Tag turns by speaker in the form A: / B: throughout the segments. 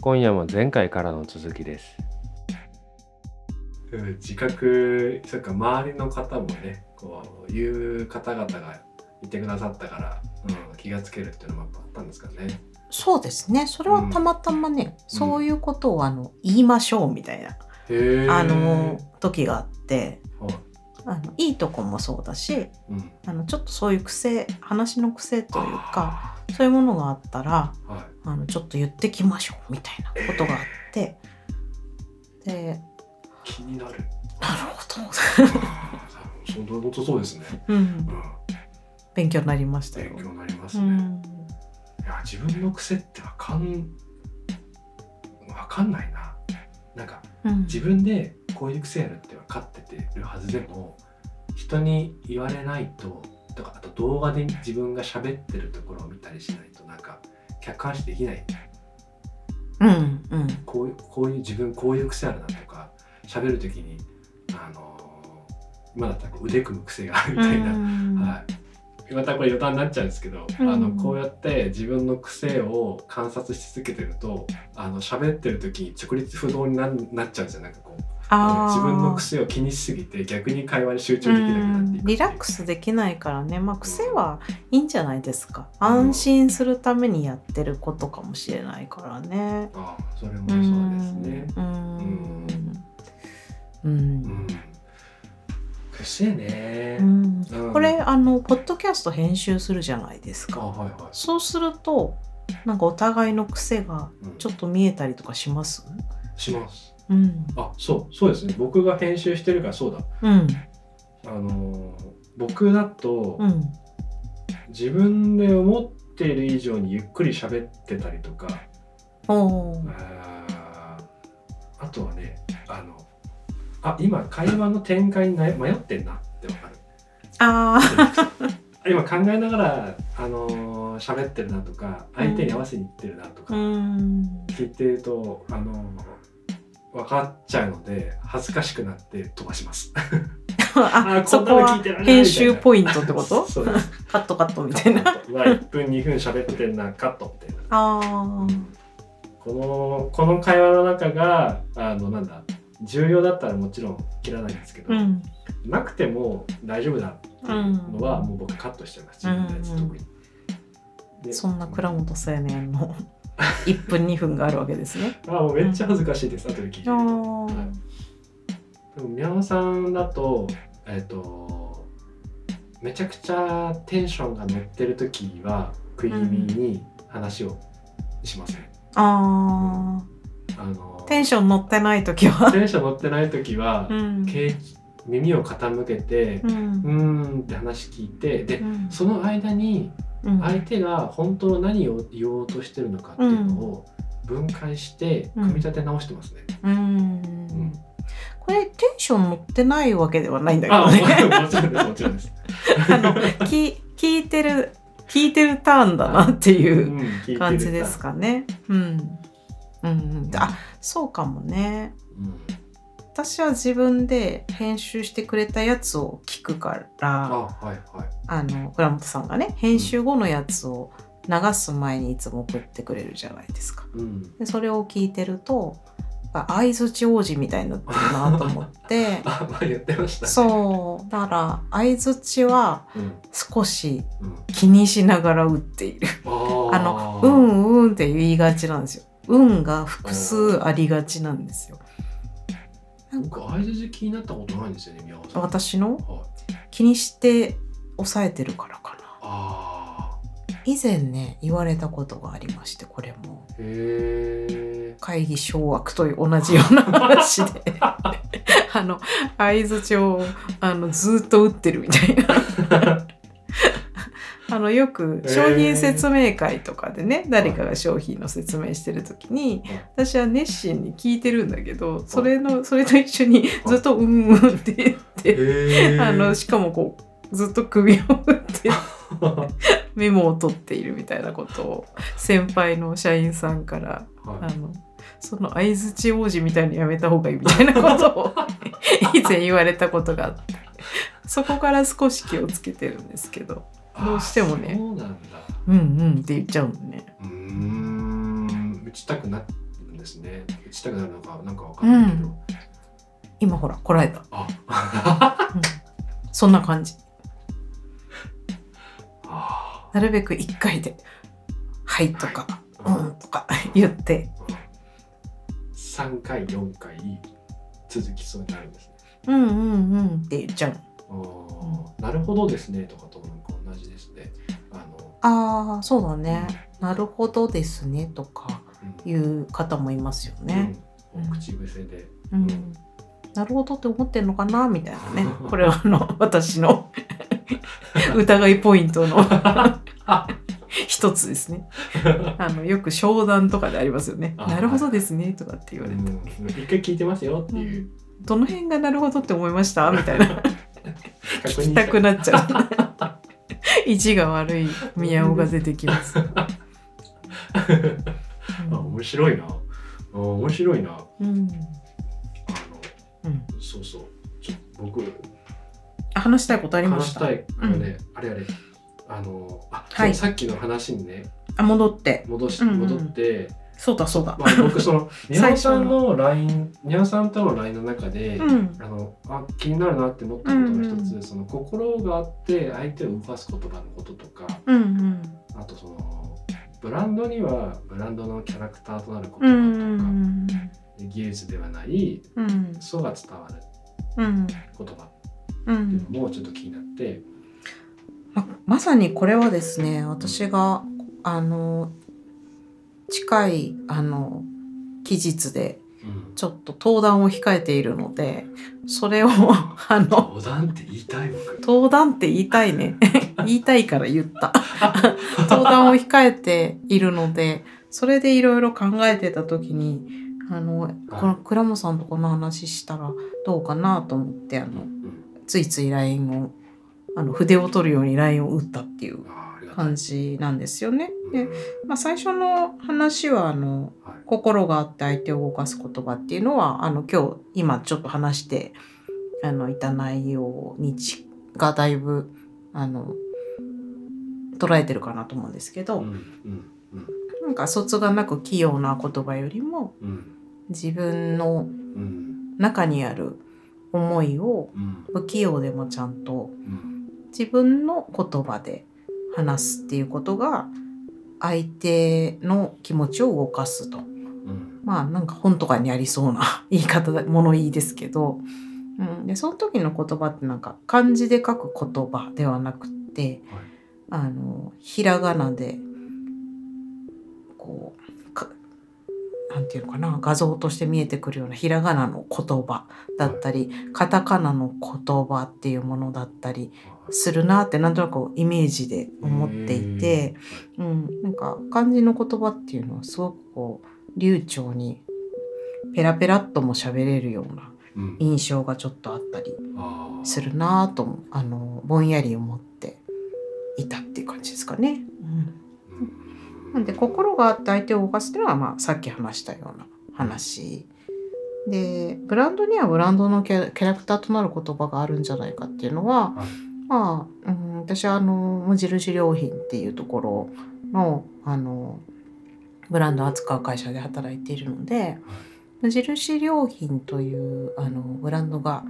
A: 今夜も前回からの続きです
B: うん自覚そっか周りの方もねこういう方々がいてくださったから、うん、気がつけるっていうのもやっぱあったんですかね。
C: そうですねそれはたまたまね、そういうことをあの言いましょうみたいな、
B: へー
C: あの時があって
B: はい
C: あのいいとこもそうだし
B: うん
C: あのちょっとそういう癖話の癖というかそういうものがあったら
B: あーはい
C: あのちょっと言ってきましょうみたいなことがあってで
B: 気になる。
C: なるほ
B: あーそう本当そうですね。
C: ど、うん
B: う、ん、
C: 勉強になりましたよ
B: 勉。強になります
C: う
B: ね。
C: ん
B: いや自分の癖ってわかんわかんないな。なんか
C: うん
B: 自分でこういう癖やるって分かっててるはずでも人に言われないととかあと動画で自分が喋ってるところを見たりしないとなんか客観視できない
C: うんうん
B: こういうこういう自分こういう癖あるなとか喋る時にあのー今だったらこう腕組む癖があるみたいな、
C: うん
B: はい、またこれ余談になっちゃうんですけど、
C: うん
B: あのこうやって自分の癖を観察し続けてるとあの喋ってる時に直立不動になんなっちゃうんですよなんかこう
C: あー
B: 自分の癖を気にしすぎて逆に会話に集中できなくなっていくっていう
C: リラックスできないからね、まあ、癖はいいんじゃないですか安心するためにやってることかもしれないからね。
B: ああそれもそうですね
C: うんうん
B: うん癖ね
C: うん
B: うん
C: これあのポッドキャスト編集するじゃないです
B: あ
C: か。
B: はいは
C: そうするとなんかお互いの癖が
B: い、うん
C: ちょっと見えたりとかします
B: します
C: うん
B: あそうそうですね僕が編集してるからそうだ
C: うん
B: あのー僕だと
C: うん
B: 自分で思っている以上にゆっくり喋ってたりとか
C: おー
B: あーあとはねあのあ今会話の展開に悩迷ってんなってわかる
C: あ
B: 今考えながら、あのー喋ってるなとか相手に合わせにいってるなと
C: ーう
B: か
C: ん
B: 聞いてると、あのー分かっちゃうので恥ずかしくなって飛ばします。
C: あ
B: ー
C: そ
B: ん
C: こ
B: なの
C: は
B: 聞いてられない
C: 編
B: みたい
C: 集
B: な
C: ポイントってこと
B: そうです
C: カットカットみ
B: カ
C: たいな。
B: ットうわ1分2分喋ってんなカットみたいな。
C: あ
B: このこの会話の中があのなんだ重要だったらもちろん切らないんですけ
C: ーう
B: ど、
C: ん
B: なくても大丈夫だっていうのはもう僕カットしちゃいます自分のやつ特に。で
C: そんな倉本青年 の1分2分があるわけですね。
B: あもうめっちゃ恥ずかしいです、後で聞いてると。はいでも宮本さんだと,、えっとめちゃくちゃテンションが乗ってる時は食い気味に話をしますね。
C: あ
B: あの
C: ーテンション乗ってない時は。
B: テンション乗ってない時は、
C: うん
B: け耳を傾けて
C: う、
B: うんん、ーんって話聞いてで、
C: うん
B: その間に
C: うん
B: 相手が本当の何を言おうとしてるのかっていうのを分解して組み立て直してますね。
C: うん
B: うん
C: これテンション乗ってないわけではないんだけ
B: あ
C: ど
B: もちろん
C: ね。
B: ですもちろんです。
C: あの聞聞いてる聞いてるターンだなって いううん
B: 聞いてる
C: 感じですかね。うんうんうん、あそうかもね。
B: うん
C: 私は自分で編集してくれたやつを聞くから。
B: あはいはい。
C: あの倉本さんがね編集後のやつを流す前にいつも送ってくれるじゃないですか。
B: うん。
C: でそれを聞いてるとあ相づち王子みたいになってるなと思って
B: あまあ言ってました、ね。
C: そうだから相づちは
B: う。うん
C: 少し
B: うん。
C: 気にしながら打っている。
B: あ
C: あの「うんうん」って言いがちなんですよ。運が複数ありがちなんですよ。なん
B: 僕
C: か
B: 相づち気になったことないんですよね宮本さん。はい。
C: 私の気にして抑えてるからかな。
B: ああ
C: 以前ね言われたことがありましてこれも
B: へえ。
C: 会議掌握という同じような話であの相づちをあのずっと打ってるみたいなあのよく商品説明会とかでね、誰かが商品の説明してる時に
B: はい
C: 私は熱心に聞いてるんだけどそれのそれと一緒にずっと「うんうん」って言って
B: へえ。
C: あのしかもこうずっと首を打ってメモを取っているみたいなことを先輩の社員さんからあ
B: はい。
C: のその相づち王子みたいにやめた方がいいみたいなこと を以前言われたことがあってそこから少し気をつけてるんですけどどうしてもね
B: あそうなんだ。
C: 「うんうん」って言っちゃうのね。
B: うーん打ちたくななですね打ちたくなるのかなんかわかんないけど、
C: う今ほらこらえた
B: あ
C: そんな感じ
B: あ
C: なるべく1回で「はい」とか「
B: ー、
C: うん」とか言って
B: 3回4回続きそうになるんですね
C: 「うんうんうん」って言っちゃう
B: あーなるほどですねとかとなんか同じですねあの、
C: ああそうだねなるほどですねとか
B: うん
C: いう方もいますよね、
B: うんお口癖で
C: うん、なるほどって思ってんのかなみたい なねこれはあの私の 疑いポイントの 一つです ねあのよく商談とかでありますよね「
B: あ
C: なるほどですね」とかって言われて
B: うん一回聞いてますよっていう
C: 「どの辺がなるほどって思いました?」みたい な
B: 確
C: 聞きたくなっちゃう 意地が悪い宮尾が出てきます、う
B: あ
C: ん
B: 面白いなあ面白いなあ
C: うんうん
B: のそうそうちょ僕
C: あ話したいことありま
B: 話
C: し
B: したたいあれね、あれあれあのあ、そう
C: はい
B: さっきの話にね
C: あ戻って
B: 戻し
C: うんうん
B: 戻って、
C: そうだそうだ、
B: まあ、僕その宮尾
C: 最初
B: さ
C: の
B: んの LINE 宮尾さんとの LINE の中で、
C: うん
B: あのあ気になるなって思ったことの一つ、
C: うんう
B: その心があって相手を動かす言葉のこととか
C: うんうん
B: あとそのブランドにはブランドのキャラクターとなる言
C: う
B: 葉
C: ん
B: とか、技術ではない
C: うん
B: 素が伝わる
C: うん
B: 言葉っ
C: う
B: ていうの
C: ん
B: もちょっと気になって、
C: ままさにこれはですね私があの近いあの期日で
B: うん、
C: ちょっと登壇を控えているのでそれをあ
B: 冗
C: の
B: 談って言いたい僕
C: 登壇って言いたいね言いたいから言った登壇を控えているのでそれでいろいろ考えてた時にあのこの倉本さんとこの話したらどうかなと思ってあ
B: う
C: の
B: ん
C: ついつい LINE をあの筆を取るように LINE を打ったっていう
B: あーありがとう
C: 感じなんですよね。
B: うん
C: で、まあ、最初の話はあの
B: はい
C: 心があって相手を動かす言葉っていうのはあの今日今ちょっと話してあのいた内容にちがだいぶあの捉えてるかなと思うんですけど、
B: うんうんうん
C: なんかそつがなく器用な言葉よりも
B: うん
C: 自分の
B: うん
C: 中にある思いを
B: うん
C: 不器用でもちゃんと
B: うん
C: 自分の言葉で話すっていうことが相手の気持ちを動かすと
B: うん
C: まあなんか本とかにありそうな 言い方だ物言いですけど、うん、でその時の言葉ってなんか漢字で書く言葉ではなくって、
B: はい
C: あのひらがなでこうかなんていうのかな画像として見えてくるようなひらがなの言葉だったり、カタカナの言葉っていうものだったりするなってなんとなくイメージで思っていて、うん、なんか漢字の言葉っていうのはすごくこう流暢にペラペラっとも喋れるような
B: うん
C: 印象がちょっとあったり
B: あー
C: するなぁともあのぼんやり思っていたっていう感じですかね。
B: うん
C: なんで心があって相手を動かすっていうのは、まあ、さっき話したような話。でブランドにはブランドのキャキャラクターとなる言葉があるんじゃないかっていうのは、
B: はい
C: まあ、うん、私はあの無印良品っていうところのあのブランドを扱う会社で働いているので無印良品というあのブランドが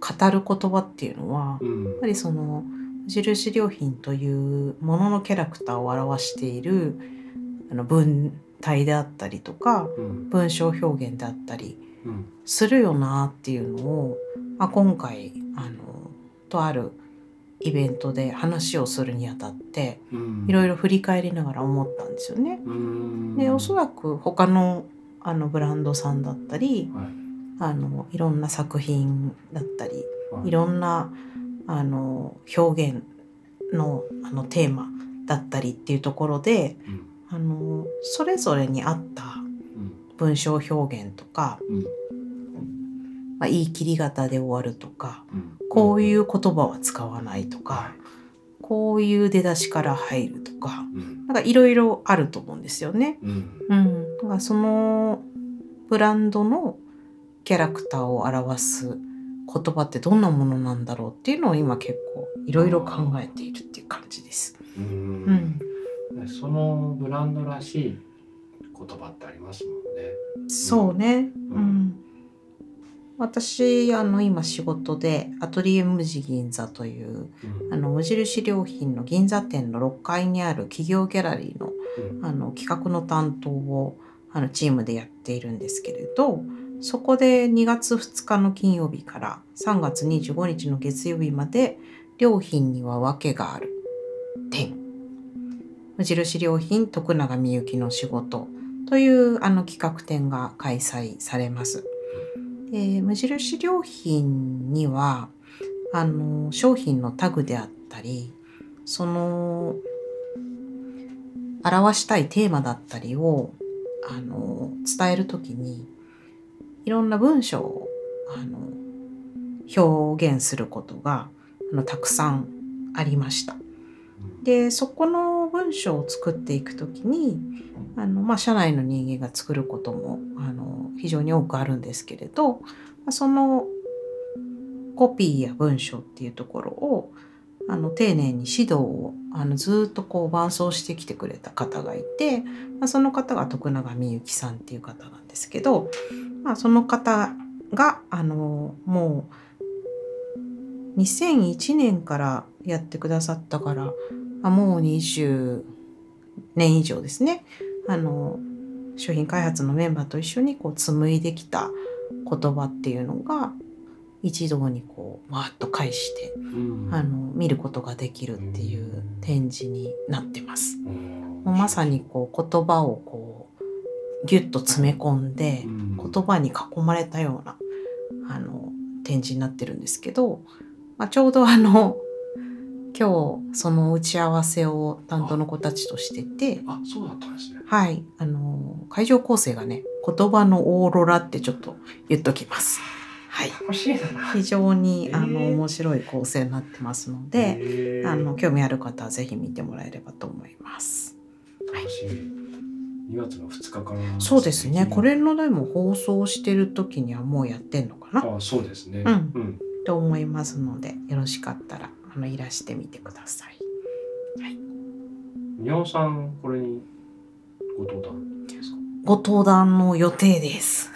C: 語る言葉っていうのは、
B: うん
C: やっぱりその無印良品というもののキャラクターを表しているあの文体であったりとか
B: うん
C: 文章表現であったり
B: うん
C: するよなっていうのを、まあ、今回あのとあるイベントで話をするにあたって
B: うん
C: いろいろ振り返りながら思ったんですよね。
B: うん
C: でおそらく他のあのブランドさんだったり
B: はい
C: あのいろんな作品だったり
B: はい
C: いろんなあの表現のあのテーマだったりっていうところで
B: うん
C: あのそれぞれに合った
B: うん
C: 文章表現とか、
B: うん
C: まあ、言い切り方で終わるとか
B: うん
C: こういう言葉は使わないとか、こういう出だしから入るとか
B: うん
C: なんかいろいろあると思うんですよね。
B: うん
C: うん、だからそのブランドのキャラクターを表す言葉ってどんなものなんだろうっていうのを今結構いろいろ考えているっていう感じです。
B: う
C: うん
B: んそのブランドらしい言葉ってありますもんね。
C: そうね、
B: う
C: うんん私あの今仕事でアトリエムジ銀座という
B: うん
C: あの無印良品の銀座店の6階にある企業ギャラリーの
B: うん
C: あの企画の担当をあのチームでやっているんですけれどそこで2月2日の金曜日から3月25日の月曜日まで「良品には訳がある」点無印良品徳永みゆきの仕事というあの企画展が開催されます。で無印良品にはあの商品のタグであったりその表したいテーマだったりをあの伝えるときにいろんな文章をあの表現することがあのたくさんありました。でそこの文章を作っていくときにあの、まあ、社内の人間が作ることもあの非常に多くあるんですけれどまあそのコピーや文章っていうところをあの丁寧に指導をあのずっとこう伴走してきてくれた方がいて、まあ、その方が徳永みゆきさんっていう方なんですけど、まあ、その方があのもう2001年からやってくださったからあもう20年以上ですねあの商品開発のメンバーと一緒にこう紡いできた言葉っていうのが一堂にこうわーっと返して
B: うん
C: あの見ることができるっていう展示になってます。
B: うん
C: もうまさにこう言葉をこうギュッと詰め込んで
B: うん
C: 言葉に囲まれたようなあの展示になってるんですけど、まあ、ちょうどあの今日その打ち合わせを担当の子たちとしてて。
B: あそうだったんですね。
C: はい、あの会場構成がね言葉のオーロラってちょっと言っときます。はい、
B: 楽しいだな。
C: 非常に、
B: えー
C: あの面白い構成になってますので、
B: で
C: あの興味ある方はぜひ見てもらえればと思います。
B: 楽しみ。2月の2日から。
C: そうですね。こ。れのでも放送してる時にはもうやってんのか
B: あ
C: な
B: そうですね。
C: うん
B: うん。
C: と思いますので、よろしかったらあのいらしてみてください。
B: にゃおさんこれにご登壇ですか。
C: ご登壇の予定です。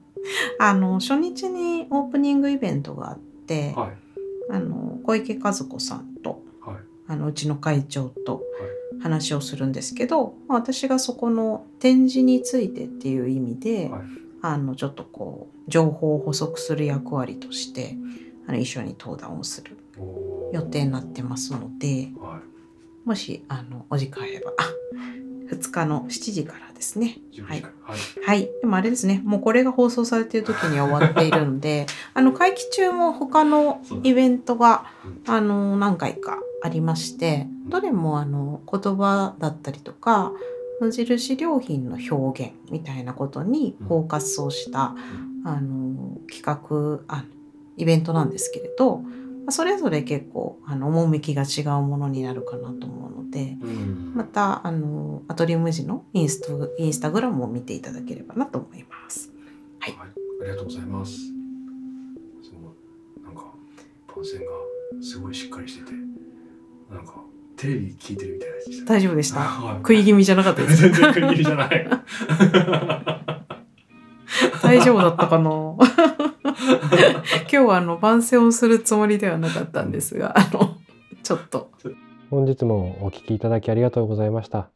C: あの初日にオープニングイベントがあって、
B: はい
C: あの小池和子さんと
B: はい
C: あのうちの会長と話をするんですけど、まあ私がそこの展示についてっていう意味で、
B: はい
C: あのちょっとこう情報を補足する役割としてあの一緒に登壇をする
B: おー
C: 予定になってますので
B: は
C: もしあのお時間あればあ2日の7時からですね。
B: い。
C: はい
B: はい。
C: はい。でもあれですね。もうこれが放送されている時には終わっているので、 あの、会期中も他のイベントが
B: うん、
C: あの、何回かありまして、どれもあの、言葉だったりとか、無印良品の表現みたいなことにフォーカスをした、あの、企画、あイベントなんですけれど、まあそれぞれ結構、あの、趣が違うものになるかなと思うので、
B: うん
C: またあのアトリウム時のインストインスタグラムを見ていただければなと思います。はい
B: ありがとうございます。すごいなんか番宣がすごいしっかりしてて、なんかテレビ聞いてるみたいなやつでしたね。
C: 大丈夫でした。
B: はい
C: 食い気味じゃなかったで す。
B: 全然食い気味じゃない。
C: 大丈夫だったかな。 今日はあの番宣をするつもりではなかったんですが、あのちょっと
A: 本日もお聞きいただきありがとうございました。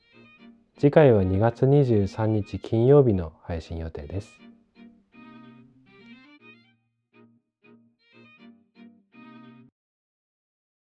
A: 次回は2月23日金曜日の配信予定です。